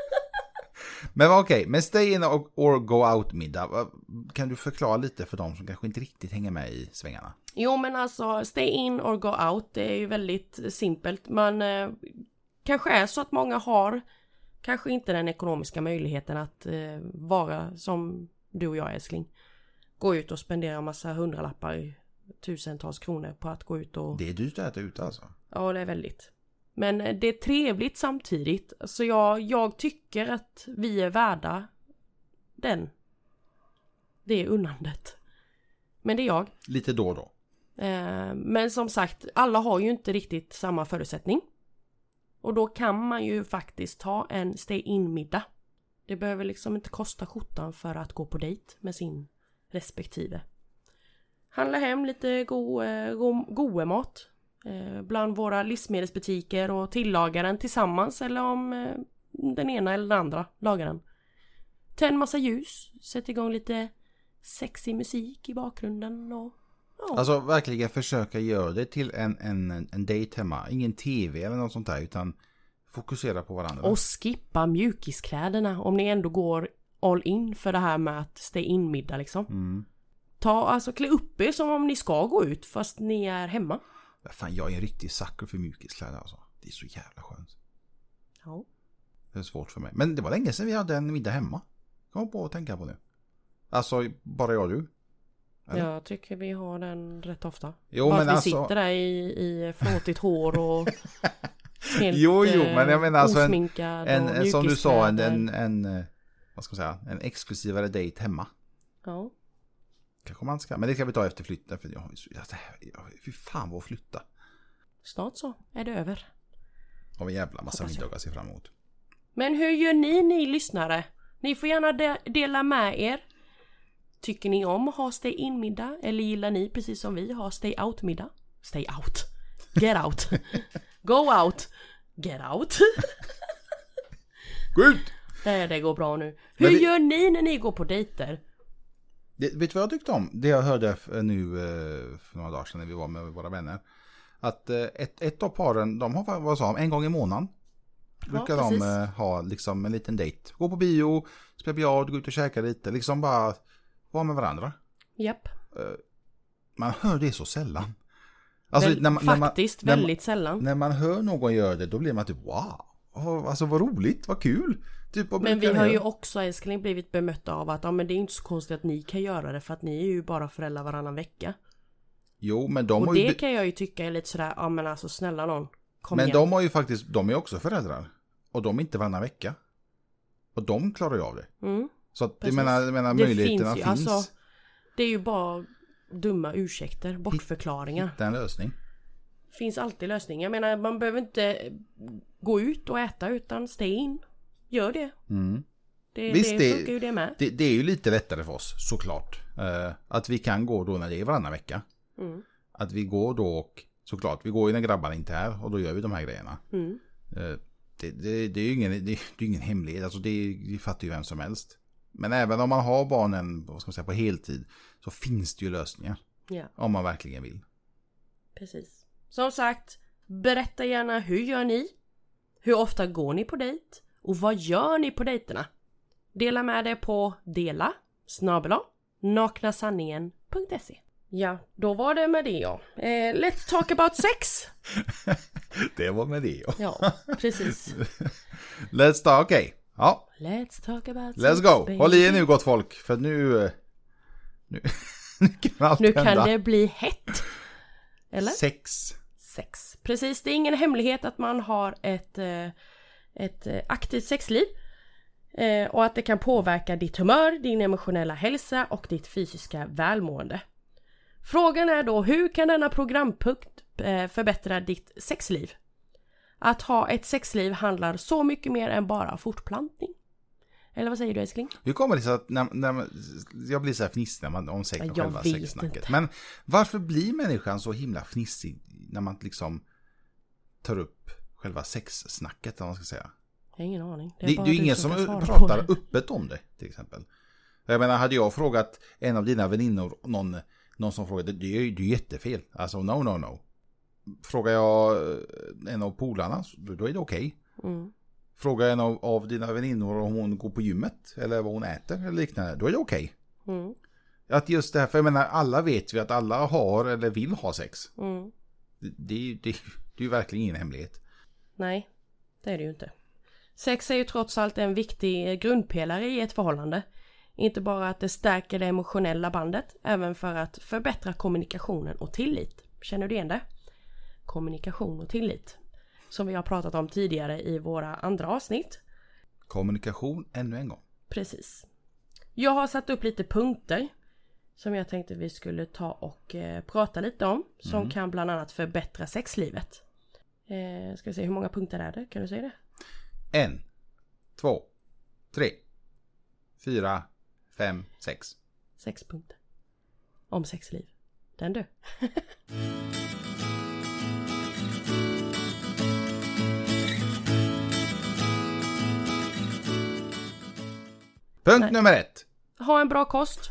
Speaker 1: Men vad okej, men stay in och- or go out middag. Vad- Kan du förklara lite för de som kanske inte riktigt hänger med i svängarna?
Speaker 2: Jo men alltså stay in or go out. Det är ju väldigt simpelt. Man eh, kanske är så att många har kanske inte den ekonomiska möjligheten att eh, vara som du och jag älskling. Gå ut och spendera massa hundralappar, tusentals kronor på att gå ut och
Speaker 1: Det är dyrt att äta ute alltså.
Speaker 2: Ja, det är väldigt. Men eh, det är trevligt samtidigt. Så jag, jag tycker att vi är värda den. Det är unnandet. Men det är jag.
Speaker 1: Lite då och då.
Speaker 2: Eh, Men som sagt, alla har ju inte riktigt samma förutsättning. Och då kan man ju faktiskt ta en stay-in-middag. Det behöver liksom inte kosta skjortan för att gå på dejt med sin respektive. Handla hem lite god, eh, god, god mat. eh, Bland våra livsmedelsbutiker och tillaga den tillsammans eller om eh, den ena eller den andra lagar den. Tänd massa ljus, sätt igång lite sexig musik i bakgrunden och ja.
Speaker 1: Alltså verkligen försöka göra det till en, en, en dejt hemma. Ingen tv eller något sånt där utan fokusera på varandra.
Speaker 2: Och skippa mjukiskläderna om ni ändå går all in för det här med att stay in middag liksom.
Speaker 1: Mm.
Speaker 2: Ta, alltså klä upp er som om ni ska gå ut fast ni är hemma.
Speaker 1: Fan, jag är en riktig sucker för mjukiskläder alltså. Det är så jävla skönt.
Speaker 2: Ja.
Speaker 1: Det är svårt för mig. Men det var länge sedan vi hade en middag hemma. Kom på att tänka på nu. Alltså, bara jag och du. Eller?
Speaker 2: Jag tycker vi har den rätt ofta.
Speaker 1: Jo,
Speaker 2: Bara
Speaker 1: men
Speaker 2: att vi
Speaker 1: alltså-
Speaker 2: sitter där i, i flåtigt hår och helt
Speaker 1: Jo, jo, men jag
Speaker 2: eh,
Speaker 1: menar alltså en-
Speaker 2: osminkad
Speaker 1: En,
Speaker 2: och
Speaker 1: en, som du sa, en,
Speaker 2: mjukiskläder.
Speaker 1: en, en, eh, vad ska man säga, en exklusivare dejt hemma.
Speaker 2: Ja.
Speaker 1: Kanske man ska, men det ska vi ta efter flytten. För jag, har ju så- jag, det här- jag, fy fan vad att flytta.
Speaker 2: Snart så är det över.
Speaker 1: Har vi en jävla massa
Speaker 2: Hoppas jag.
Speaker 1: middagar att se fram emot.
Speaker 2: Men hur gör ni ni lyssnare? Ni får gärna de- dela med er. Tycker ni om att ha stay in middag eller gillar ni precis som vi ha stay out middag? Stay out. Get out. Go out. Get out.
Speaker 1: Gå ut!
Speaker 2: Nej, det går bra nu. Hur
Speaker 1: Men det-
Speaker 2: gör ni när ni går på dejter?
Speaker 1: Det, vet du vad jag tyckte om? Det jag hörde f- nu eh, för några dagar sedan när vi var med våra vänner. Att eh, ett, ett av paren, de har vad sa de, en gång i månaden. Brukar de
Speaker 2: precis.
Speaker 1: eh, ha liksom en liten dejt. Gå på bio, spela biljard, gå ut och käka lite. Liksom bara vara med varandra.
Speaker 2: Japp.
Speaker 1: Man hör det så sällan.
Speaker 2: Väl, faktiskt
Speaker 1: när Alltså, man-
Speaker 2: väldigt sällan.
Speaker 1: När man hör någon göra det då blir man typ wow. Åh, Alltså vad roligt, vad kul. Typ, vad
Speaker 2: Men vi
Speaker 1: brukar ni
Speaker 2: har ju
Speaker 1: göra?
Speaker 2: också älskling blivit bemötta av att ja men det är inte så konstigt att ni kan göra det för att ni är ju bara föräldrar varannan vecka.
Speaker 1: Jo men de har
Speaker 2: Och
Speaker 1: ju...
Speaker 2: det kan jag ju tycka är lite sådär, ja men alltså snälla någon. Kom
Speaker 1: men
Speaker 2: igen.
Speaker 1: de har ju faktiskt, de är också föräldrar. Och de är inte varannan vecka. Och de klarar ju av det.
Speaker 2: Mm.
Speaker 1: Så att, jag
Speaker 2: Precis.
Speaker 1: menar, jag menar
Speaker 2: Det
Speaker 1: möjligheterna
Speaker 2: finns ju,
Speaker 1: finns.
Speaker 2: alltså- Det är ju bara dumma ursäkter, bortförklaringar.
Speaker 1: Hitta en lösning.
Speaker 2: Finns alltid lösningar. Jag menar man behöver inte gå ut och äta utan stay in. Gör det.
Speaker 1: Mm.
Speaker 2: Det,
Speaker 1: Visst,
Speaker 2: det
Speaker 1: det-
Speaker 2: funkar ju det med.
Speaker 1: Det, det är ju lite lättare för oss såklart. Eh, att vi kan gå då när det är varannan vecka.
Speaker 2: Mm.
Speaker 1: Att vi går då och såklart, vi går ju när grabbarna inte är här och då gör vi de här grejerna.
Speaker 2: Mm.
Speaker 1: Eh, Det, det, det är ju ingen, det, det är ju ingen hemlighet, alltså det, det fattar ju vem som helst. Men även om man har barnen vad ska man säga, på heltid så finns det ju lösningar.
Speaker 2: Ja.
Speaker 1: Om man verkligen vill.
Speaker 2: Precis. Som sagt, berätta gärna hur gör ni? Hur ofta går ni på dejt? Och vad gör ni på dejterna? Dela med er på dela snabel naknasanningen.se Ja, då var det med det ja. Eh, let's talk about sex!
Speaker 1: Det var med det.
Speaker 2: Ja, precis.
Speaker 1: Let's talk, okej. Ja,
Speaker 2: Let's talk about
Speaker 1: let's
Speaker 2: sex,
Speaker 1: go.
Speaker 2: baby.
Speaker 1: Håll i er nu gott folk, för nu... eh, Nu, nu kan allt
Speaker 2: Nu
Speaker 1: hända.
Speaker 2: kan det bli hett. Eller?
Speaker 1: Sex.
Speaker 2: sex. Precis, det är ingen hemlighet att man har ett, eh, ett eh, aktivt sexliv. Eh, Och att det kan påverka ditt humör, din emotionella hälsa och ditt fysiska välmående. Frågan är då hur kan denna programpunkt eh, förbättra ditt sexliv? Att ha ett sexliv handlar så mycket mer än bara fortplantning. Eller vad säger du älskling?
Speaker 1: Hur kommer det sig att när, när man, jag blir så här fnissig när man, om sex,
Speaker 2: Jag
Speaker 1: själva
Speaker 2: vet
Speaker 1: sexsnacket.
Speaker 2: inte.
Speaker 1: Men varför blir människan så himla fnissig när man liksom tar upp själva sexsnacket, eller vad man ska säga?
Speaker 2: Jag har ingen aning.
Speaker 1: Det, det
Speaker 2: bara
Speaker 1: är ju
Speaker 2: du
Speaker 1: ingen
Speaker 2: som
Speaker 1: som
Speaker 2: kan svara på
Speaker 1: pratar
Speaker 2: det.
Speaker 1: öppet om det, till exempel. Jag menar, hade jag frågat en av dina väninnor, någon, någon som frågade, det är ju det är jättefel. Alltså, no, no, no. Frågar jag eh, en av polarna, så- då då är det okej.
Speaker 2: Mm.
Speaker 1: Frågar jag en av, av dina väninnor om hon går på gymmet, eller vad hon äter, eller liknande, då är det okej.
Speaker 2: Mm.
Speaker 1: Att just det här, för jag menar alla vet vi att alla har eller vill ha sex.
Speaker 2: Mm.
Speaker 1: Det, det, är ju- det, det är ju verkligen ingen hemlighet.
Speaker 2: Nej, det är det ju inte. Sex är ju trots allt en viktig grundpelare i ett förhållande. Inte bara att det stärker det emotionella bandet, även för att förbättra kommunikationen och tillit. Känner du igen det? Kommunikation och tillit. Som vi har pratat om tidigare i våra andra avsnitt.
Speaker 1: Kommunikation ännu en gång.
Speaker 2: Precis. Jag har satt upp lite punkter som jag tänkte vi skulle ta och eh, prata lite om. Som kan bland annat förbättra sexlivet. Eh, ska vi se, hur många punkter är det? Kan du säga det?
Speaker 1: En, två, tre, fyra, fem, sex.
Speaker 2: Sex punkter. Om sexliv. Den du.
Speaker 1: Punkt nummer ett.
Speaker 2: Ha en bra kost.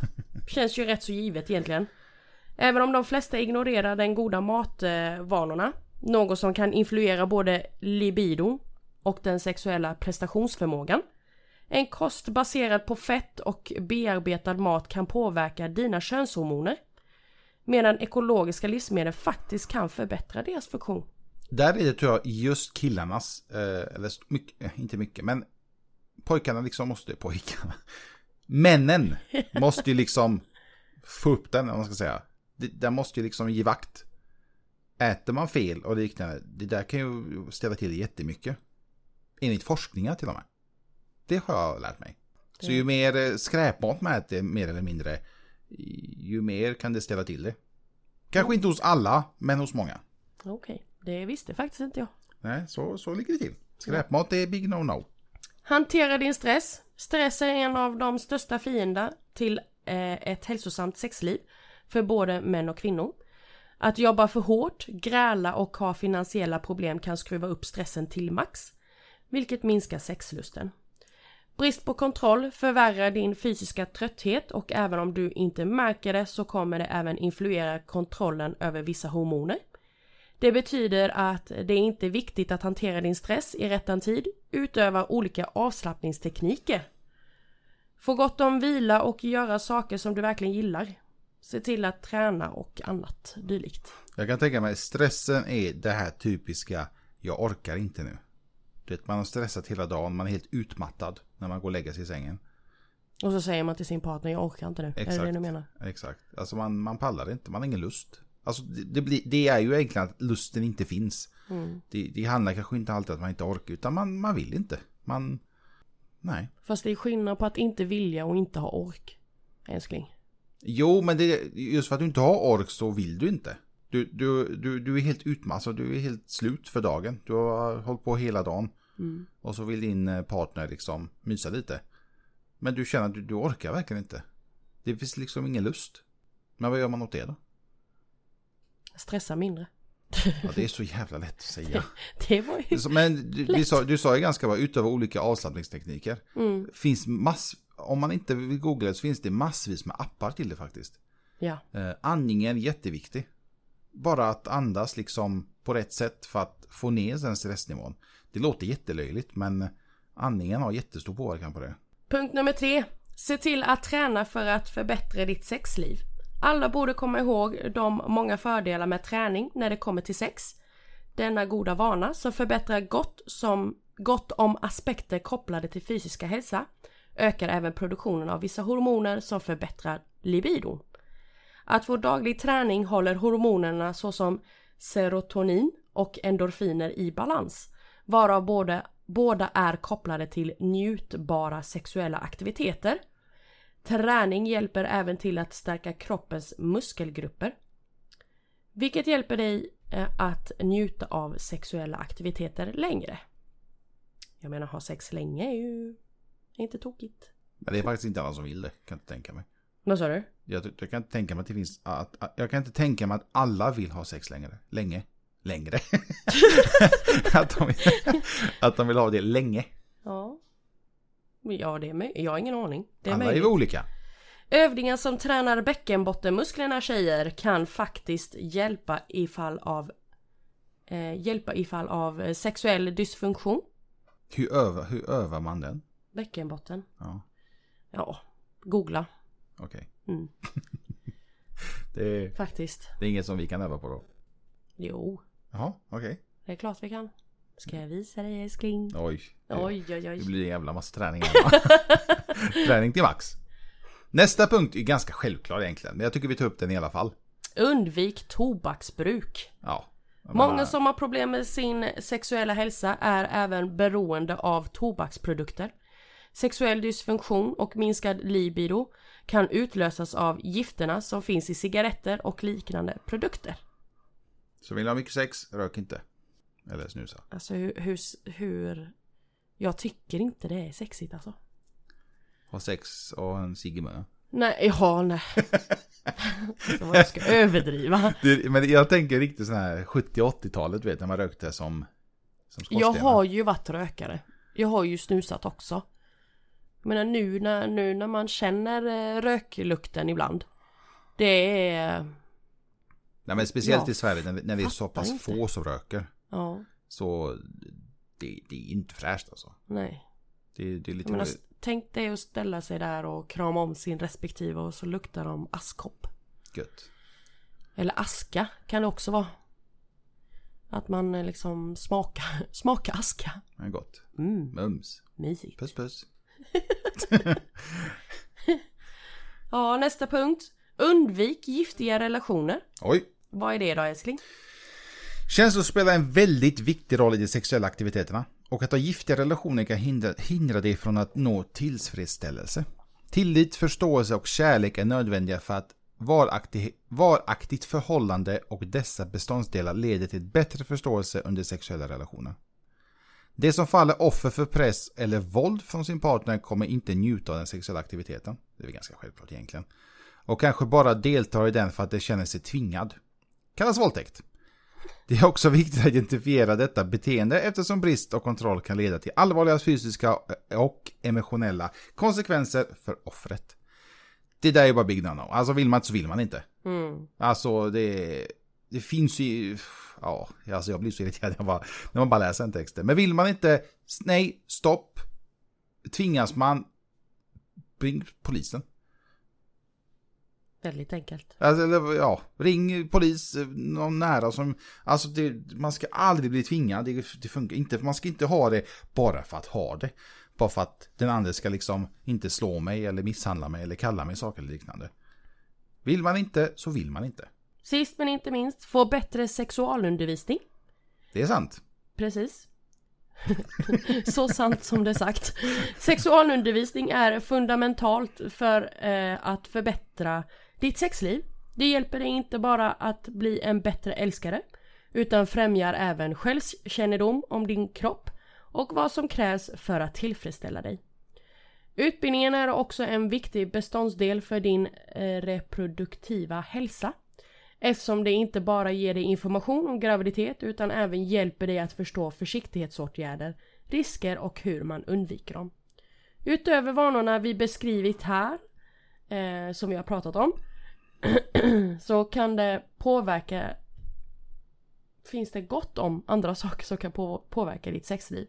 Speaker 2: Känns ju rätt så givet egentligen. Även om de flesta ignorerar den goda matvanorna. Något som kan influera både libido och den sexuella prestationsförmågan. En kost baserad på fett och bearbetad mat kan påverka dina könshormoner. Medan ekologiska livsmedel faktiskt kan förbättra deras funktion.
Speaker 1: Där är det tror jag just killarnas, eh, eller st- mycket, eh, inte mycket, men pojkarna liksom måste, pojkarna, männen måste ju liksom få upp den, om man ska säga. Det- Den måste ju liksom ge vakt. Äter man fel och liknande, det där kan ju ställa till det jättemycket. Enligt forskningar till och med. Det har jag lärt mig. Så ju mer eh, skräpmat man äter, mer eller mindre, ju mer kan det ställa till det. Kanske inte hos alla, men hos många.
Speaker 2: Okej, det visste faktiskt inte jag.
Speaker 1: Nej, så, så ligger det till. Skräpmat är big no-no.
Speaker 2: Hantera din stress. Stress är en av de största fienderna till eh, ett hälsosamt sexliv för både män och kvinnor. Att jobba för hårt, gräla och ha finansiella problem kan skruva upp stressen till max, vilket minskar sexlusten. Brist på kontroll förvärrar din fysiska trötthet och även om du inte märker det så kommer det även influera kontrollen över vissa hormoner. Det betyder att det är inte viktigt att hantera din stress i rättan tid, utöva olika avslappningstekniker. Få gott om vila och göra saker som du verkligen gillar. Se till att träna och annat dylikt.
Speaker 1: Jag kan tänka mig stressen är det här typiska jag orkar inte nu. Du vet, man har stressat hela dagen, man är helt utmattad när man går och lägger sig i sängen.
Speaker 2: Och så säger man till sin partner, jag orkar inte nu. Är det det
Speaker 1: Exakt.
Speaker 2: du menar?
Speaker 1: Exakt. Alltså man, man pallar inte, man har ingen lust. Alltså det, det, blir, det är ju egentligen att lusten inte finns.
Speaker 2: Mm.
Speaker 1: Det, det handlar kanske inte alltid att man inte orkar, utan man, man vill inte. Man... Nej.
Speaker 2: Fast det är skillnad på att inte vilja och inte ha ork. Älskling.
Speaker 1: Jo, men det, just för att du inte har ork så vill du inte. Du, du, du, du är helt utmattad, du är helt slut för dagen. Du har hållit på hela dagen.
Speaker 2: Mm.
Speaker 1: Och så vill din eh, partner liksom mysa lite. Men du känner att du, du orkar verkligen inte. Det finns liksom ingen lust. Men vad gör man åt det då?
Speaker 2: Stressa mindre.
Speaker 1: Ja, det är så jävla lätt att säga.
Speaker 2: Det var ju...
Speaker 1: Men du, vi sa, du sa ju ganska bra, utöver olika avslappningstekniker. Finns mass, om man inte vill googla det så finns det massvis med appar till det faktiskt.
Speaker 2: Ja.
Speaker 1: Eh, andningen är jätteviktig. Bara att andas liksom på rätt sätt för att få ner den stressnivån. Det låter jättelöjligt men andningen har jättestor påverkan på det.
Speaker 2: Punkt nummer tre. Se till att träna för att förbättra ditt sexliv. Alla borde komma ihåg de många fördelar med träning när det kommer till sex. Denna goda vana som förbättrar gott, som, gott om aspekter kopplade till fysiska hälsa ökar även produktionen av vissa hormoner som förbättrar libidon. Att vår daglig träning håller hormonerna såsom serotonin och endorfiner i balans. Varav båda, båda är kopplade till njutbara sexuella aktiviteter. Träning hjälper även till att stärka kroppens muskelgrupper. Vilket hjälper dig eh, att njuta av sexuella aktiviteter längre. Jag menar ha sex länge är ju inte tokigt.
Speaker 1: Men det är faktiskt inte alla som vill det, kan jag inte tänka mig.
Speaker 2: Vad sa du?
Speaker 1: Jag, jag kan inte tänka mig att det finns, att, att, jag kan inte tänka mig att alla vill ha sex längre. Länge. Längre. att, de, att de vill ha det länge.
Speaker 2: Ja. Ja, det är möjligt. Jag har ingen aning. Det är
Speaker 1: alla är
Speaker 2: möjligt.
Speaker 1: väl olika.
Speaker 2: Övningar som tränar bäckenbottenmusklerna tjejer kan faktiskt hjälpa ifall av eh, hjälpa ifall av eh, sexuell dysfunktion.
Speaker 1: Hur övar, hur övar man den?
Speaker 2: Bäckenbotten.
Speaker 1: Ja,
Speaker 2: Ja, googla
Speaker 1: okej.
Speaker 2: Mm.
Speaker 1: det, är-
Speaker 2: faktiskt.
Speaker 1: det är inget som vi kan öva på då.
Speaker 2: Jo,
Speaker 1: Jaha, okej.
Speaker 2: det är klart vi kan. Ska jag visa dig älskling?
Speaker 1: Oj. det-
Speaker 2: Oj, oj,
Speaker 1: Det
Speaker 2: oj.
Speaker 1: blir en jävla massa träning här, va? Träning till max. Nästa punkt är ganska självklar egentligen, men jag tycker vi tar upp den i alla fall.
Speaker 2: Undvik tobaksbruk.
Speaker 1: Ja. Jag menar,
Speaker 2: Många som har problem med sin sexuella hälsa är även beroende av tobaksprodukter. Sexuell dysfunktion och minskad libido kan utlösas av gifterna som finns i cigaretter och liknande produkter.
Speaker 1: Så vill du ha mycket sex, rök inte. Eller snusa.
Speaker 2: Alltså hur, hur, hur... Jag tycker inte det är sexigt alltså.
Speaker 1: Ha sex och en cigg i munnen.
Speaker 2: Nej, ja nej. Alltså, vad jag ska överdriva.
Speaker 1: Det- Men jag tänker riktigt sån här 70-80-talet vet när man rökte som, som
Speaker 2: Jag
Speaker 1: skorstenar.
Speaker 2: har ju varit rökare. Jag har ju snusat också. Men nu när, nu när man känner eh, röklukten ibland. Det är...
Speaker 1: Nej men speciellt
Speaker 2: Ja,
Speaker 1: i Sverige när vi, när vi är så
Speaker 2: fattar
Speaker 1: pass
Speaker 2: inte.
Speaker 1: få som röker.
Speaker 2: Ja,
Speaker 1: Så det, det är inte fräscht alltså.
Speaker 2: nej.
Speaker 1: Det, det är lite...
Speaker 2: Jag menar, tänk dig att ställa sig där och krama om sin respektive och så luktar de askkopp.
Speaker 1: Gött.
Speaker 2: Eller aska kan det också vara. Att man eh, liksom smakar, smakar aska.
Speaker 1: Men gott.
Speaker 2: Mm,
Speaker 1: Mums.
Speaker 2: mysigt.
Speaker 1: Puss puss.
Speaker 2: Ja, nästa punkt. Undvik giftiga relationer.
Speaker 1: Oj.
Speaker 2: Vad är det då älskling?
Speaker 1: Känslor spelar en väldigt viktig roll i de sexuella aktiviteterna. Och att ha giftiga relationer kan hindra, hindra dig från att nå tillfredsställelse. Tillit, förståelse och kärlek är nödvändiga för att varaktig, varaktigt förhållande och dessa beståndsdelar leder till bättre förståelse under sexuella relationer. Det som faller offer för press eller våld från sin partner kommer inte njuta av den sexuella aktiviteten. Det är väl ganska självklart egentligen. Och kanske bara deltar i den för att de känner sig tvingad. Kallas våldtäkt. Det är också viktigt att identifiera detta beteende eftersom brist och kontroll kan leda till allvarliga fysiska och emotionella konsekvenser för offret. Det där är bara big no-no. Alltså vill man inte så vill man inte.
Speaker 2: Mm.
Speaker 1: Alltså det, det finns ju... Ja, alltså jag blir så irriterad när, jag bara, när man bara läser en text. Men vill man inte... s- Nej, stopp. Tvingas man... Ring polisen.
Speaker 2: Väldigt enkelt.
Speaker 1: Alltså, eller, ja, ring polis, eh, någon nära som... Alltså det, man ska aldrig bli tvingad, det, det funkar inte. Man ska inte ha det bara för att ha det. Bara för att den andra ska liksom inte slå mig eller misshandla mig eller kalla mig saker eller liknande. Vill man inte så vill man inte.
Speaker 2: Sist men inte minst, få bättre sexualundervisning.
Speaker 1: Det är sant.
Speaker 2: Precis. Så sant som det är sagt. Sexualundervisning är fundamentalt för eh, att förbättra ditt sexliv Det hjälper dig inte bara att bli en bättre älskare utan främjar även självkännedom om din kropp och vad som krävs för att tillfredsställa dig. Utbildningen är också en viktig beståndsdel för din eh, reproduktiva hälsa eftersom det inte bara ger dig information om graviditet utan även hjälper dig att förstå försiktighetsåtgärder, risker och hur man undviker dem. Utöver vanorna vi beskrivit här, eh, som vi har pratat om, så kan det påverka finns det gott om andra saker som kan på, påverka ditt sexliv.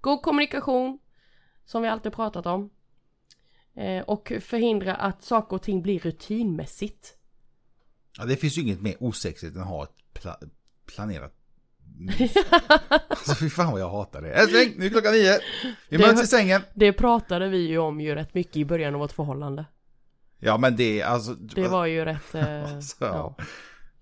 Speaker 2: God kommunikation, som vi alltid pratat om. Eh, och förhindra att saker och ting blir rutinmässigt.
Speaker 1: Ja, det finns ju inget mer osexigt än att ha ett pla- planerat Alltså fy fan vad jag hatar det. Älskling, nu är klockan nio. Vi
Speaker 2: Det-
Speaker 1: möts i sängen.
Speaker 2: Det pratade vi ju om ju rätt mycket i början av vårt förhållande.
Speaker 1: Ja men det är alltså.
Speaker 2: Det var ju rätt... Eh,
Speaker 1: Alltså,
Speaker 2: ja.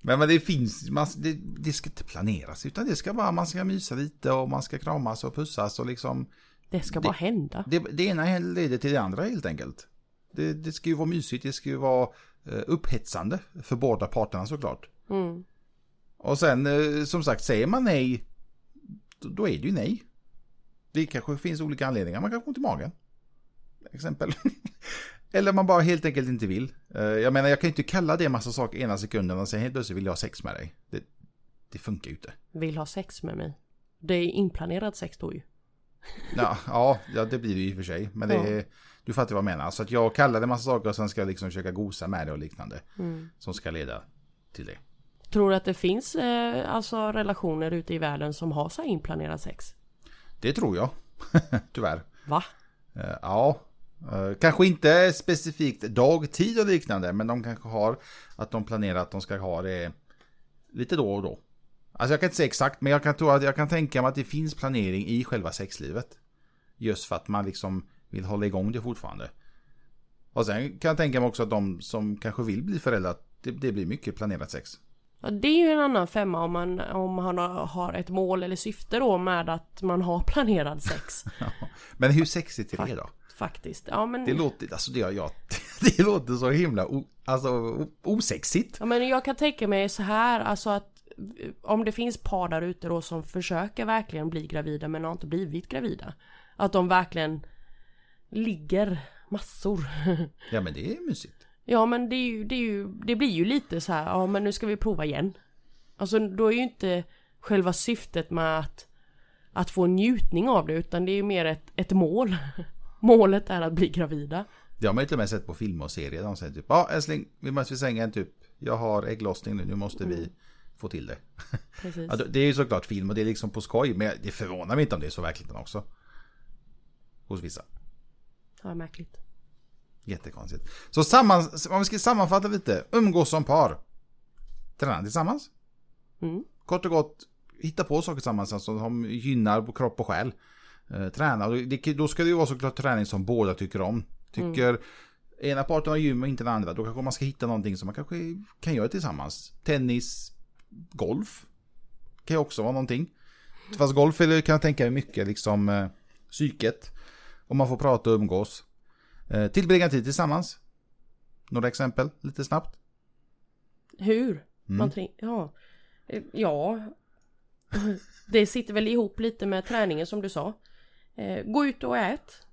Speaker 1: Men, men det finns, man, det, det ska inte planeras utan det ska bara, man ska mysa lite och man ska kramas och pussas och liksom.
Speaker 2: Det ska bara hända.
Speaker 1: Det, det ena leder till det andra helt enkelt. Det, det ska ju vara mysigt, det ska ju vara eh, upphetsande för båda parterna såklart.
Speaker 2: Mm.
Speaker 1: Och sen eh, som sagt, säger man nej, då- då är det ju nej. Det kanske finns olika anledningar, man kanske har ont i magen. Exempel. Eller man bara helt enkelt inte vill. Eh, Jag menar jag kan ju inte kalla det en massa saker ena sekunden och säga helt plötsligt vill jag ha sex med dig. Det, det funkar ju inte.
Speaker 2: Vill ha sex med mig. Det är inplanerat sex då ju.
Speaker 1: Ja, ja, ja, det blir det ju i och för sig. Men det, är- du fattar vad jag menar. Så att jag kallar det en massa saker och sen ska jag liksom försöka gosa med det och liknande. Som ska leda till det.
Speaker 2: Tror du att det finns eh, alltså relationer ute i världen som har så här inplanerat sex?
Speaker 1: Det tror jag. Tyvärr.
Speaker 2: Va?
Speaker 1: Eh, Ja. Eh, Kanske inte specifikt dagtid och liknande, men de kanske har att de planerar att de ska ha det lite då och då. Alltså jag kan inte säga exakt, men jag kan, tro att, jag kan tänka mig att det finns planering i själva sexlivet. Just för att man liksom vill hålla igång det fortfarande. Och sen kan jag tänka mig också att de som kanske vill bli föräldrar, det, det blir mycket planerat sex.
Speaker 2: Ja, det är ju en annan femma om man, om man har- har ett mål eller syfte då med att man har planerad sex.
Speaker 1: Men hur sexigt är det då?
Speaker 2: faktiskt. Ja men,
Speaker 1: Det låter, alltså det, jag, det låter så himla o, alltså, o, osexigt.
Speaker 2: ja men jag kan tänka mig så här alltså att eh, om det finns par där ute då som försöker verkligen bli gravida men har inte blivit gravida. Att de verkligen ligger massor.
Speaker 1: Ja men det är mysigt.
Speaker 2: ja men det, är ju, det, är ju, det blir ju lite så här, ja men nu ska vi prova igen. Alltså då är ju inte själva syftet med att, att få njutning av det utan det är ju mer ett, ett mål. Målet är att bli gravida.
Speaker 1: Det har man ju till och med sett på filmer och serier. De säger typ ja älskling, vi möts vid sängen typ. Jag har ägglossning nu, nu måste vi få till det.
Speaker 2: Precis.
Speaker 1: Ja, det är ju såklart film och det är liksom på skoj. Men det förvånar mig inte om det är så verkligheten också. Hos vissa.
Speaker 2: Ja, märkligt.
Speaker 1: Jättekonstigt. Så samman, om vi ska sammanfatta lite. Umgås som par. Träna tillsammans.
Speaker 2: Mm.
Speaker 1: Kort och gott, hitta på saker tillsammans alltså, som gynnar på kropp och själ. Eh, träna. Och det, då ska det ju vara såklart träning som båda tycker om. Tycker ena parten har gym och inte den andra. Då kanske man ska hitta någonting som man kanske kan göra tillsammans. Tennis, golf. Kan ju också vara någonting. Fast golf är det, kan jag tänka är mycket liksom eh, psyket. Om man får prata och umgås. Eh, tillbringa tid tillsammans. Några exempel lite snabbt.
Speaker 2: Hur?
Speaker 1: Mm.
Speaker 2: Man trä- ja. Eh, ja. Det sitter väl ihop lite med träningen som du sa. Eh, gå ut och ät.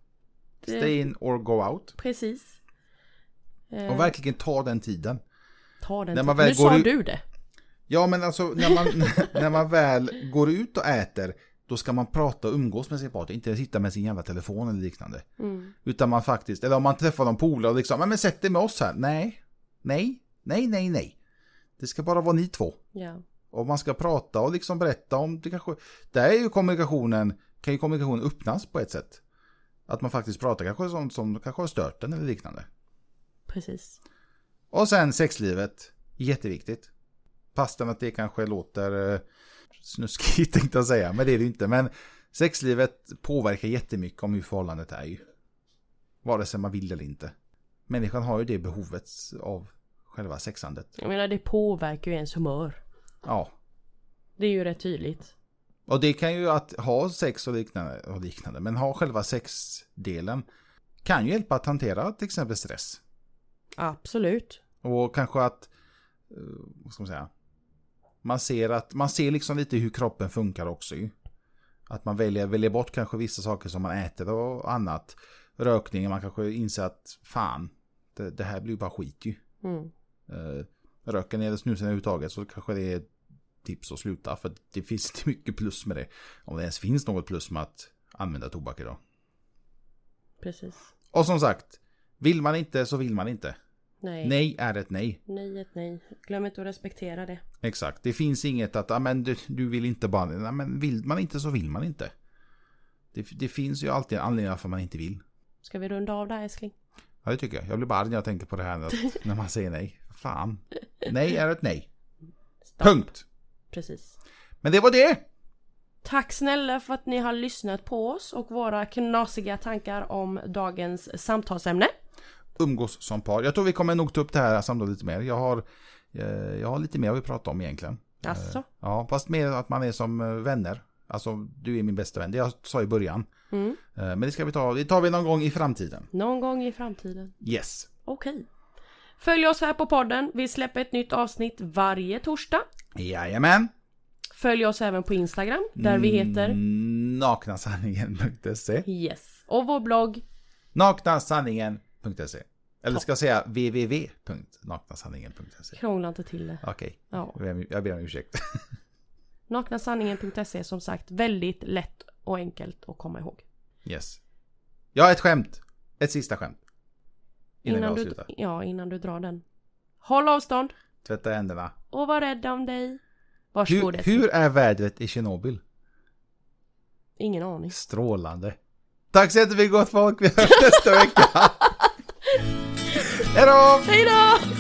Speaker 2: Det-
Speaker 1: Stay in or go out.
Speaker 2: Precis. Eh,
Speaker 1: Och verkligen ta den tiden.
Speaker 2: ta den
Speaker 1: när man
Speaker 2: tiden.
Speaker 1: väl
Speaker 2: Nu
Speaker 1: går
Speaker 2: sa
Speaker 1: ut-
Speaker 2: du det.
Speaker 1: Ja men alltså när man, när man väl går ut och äter då ska man prata och umgås med sin partner, inte sitta med sin jävla telefon eller liknande.
Speaker 2: Mm.
Speaker 1: Utan man faktiskt, eller om man träffar någon polare och liksom, "Ja, men sätt dig med oss här. Nej, nej, nej, nej, nej. Det ska bara vara ni två.
Speaker 2: Ja.
Speaker 1: Och man ska prata och liksom berätta om det kanske. Där är ju kommunikationen, kan ju kommunikationen öppnas på ett sätt. Att man faktiskt pratar kanske sånt som kanske har stört den eller liknande.
Speaker 2: Precis.
Speaker 1: Och sen sexlivet. Jätteviktigt. Fastän att det kanske låter eh, snuskigt tänkte jag säga, men det är det ju inte. Men sexlivet påverkar jättemycket om hur förhållandet är ju. Vare sig man vill eller inte. Människan har ju det behovet av själva sexandet.
Speaker 2: Jag menar det påverkar ju ens humör.
Speaker 1: Ja.
Speaker 2: Det är ju rätt tydligt.
Speaker 1: Och det kan ju att ha sex och liknande, och liknande men ha själva sexdelen kan ju hjälpa att hantera till exempel stress.
Speaker 2: Absolut.
Speaker 1: Och kanske att eh, vad ska man säga? Man ser, att, man ser liksom lite hur kroppen funkar också ju. Att man väljer, väljer bort kanske vissa saker som man äter och annat. Rökningen, man kanske inser att fan, det, det här blir ju bara skit ju.
Speaker 2: Mm.
Speaker 1: Eh, röker ni eller snusar ni överhuvudtaget så kanske det är ett tips att sluta. För det finns inte mycket plus med det. Om det ens finns något plus med att använda tobak idag.
Speaker 2: Precis.
Speaker 1: Och som sagt, vill man inte så vill man inte.
Speaker 2: Nej. nej.
Speaker 1: Nej är ett nej.
Speaker 2: Nej, ett nej. Glöm inte att respektera det.
Speaker 1: Exakt, det finns inget att ah, men du, du vill inte bara, nej, men vill man inte så vill man inte. Det, det finns ju alltid en anledning varför man inte vill.
Speaker 2: Ska vi runda av där älskling?
Speaker 1: Ja det tycker jag. Jag blir bara arg när jag tänker på det här när, när man säger nej. Fan. Nej är ett nej.
Speaker 2: Stopp.
Speaker 1: Punkt.
Speaker 2: Precis.
Speaker 1: Men det var det.
Speaker 2: Tack snälla för att ni har lyssnat på oss och våra knasiga tankar om dagens samtalsämne.
Speaker 1: umgås som par. Jag tror vi kommer nog ta upp det här samtalet lite mer. Jag har, eh, jag har lite mer att prata om egentligen.
Speaker 2: Alltså.
Speaker 1: Ja, fast mer att man är som eh, vänner. Alltså, du är min bästa vän. Det jag sa i början.
Speaker 2: Mm.
Speaker 1: Eh, Men det ska vi ta. Det tar vi någon gång i framtiden.
Speaker 2: Någon gång i framtiden.
Speaker 1: Yes.
Speaker 2: Okej. Följ oss här på podden. Vi släpper ett nytt avsnitt varje torsdag.
Speaker 1: Jajamän.
Speaker 2: Följ oss även på Instagram där vi heter
Speaker 1: Mm, Naknasanningen.se.
Speaker 2: Yes. Och vår blogg.
Speaker 1: Naknasanningen.se. Eller ska jag säga www.naknasanningen.se.
Speaker 2: Krångla inte till det.
Speaker 1: Okej,
Speaker 2: Ja.
Speaker 1: jag ber om ursäkt.
Speaker 2: Naknasanningen.se är som sagt väldigt lätt och enkelt att komma ihåg.
Speaker 1: Yes. Jag har ett skämt. Ett sista skämt. Innan, vi
Speaker 2: du,
Speaker 1: avslutar.
Speaker 2: ja, innan du drar den. Håll avstånd
Speaker 1: Tvätta händerna.
Speaker 2: och var rädd om dig.
Speaker 1: Hur,
Speaker 2: Varsågod Eskil.
Speaker 1: hur är vädret i Tjernobyl?
Speaker 2: Ingen aning.
Speaker 1: Strålande. Tack så jättemycket gott folk. Vi hörs nästa vecka. Hej då!
Speaker 2: Hej då!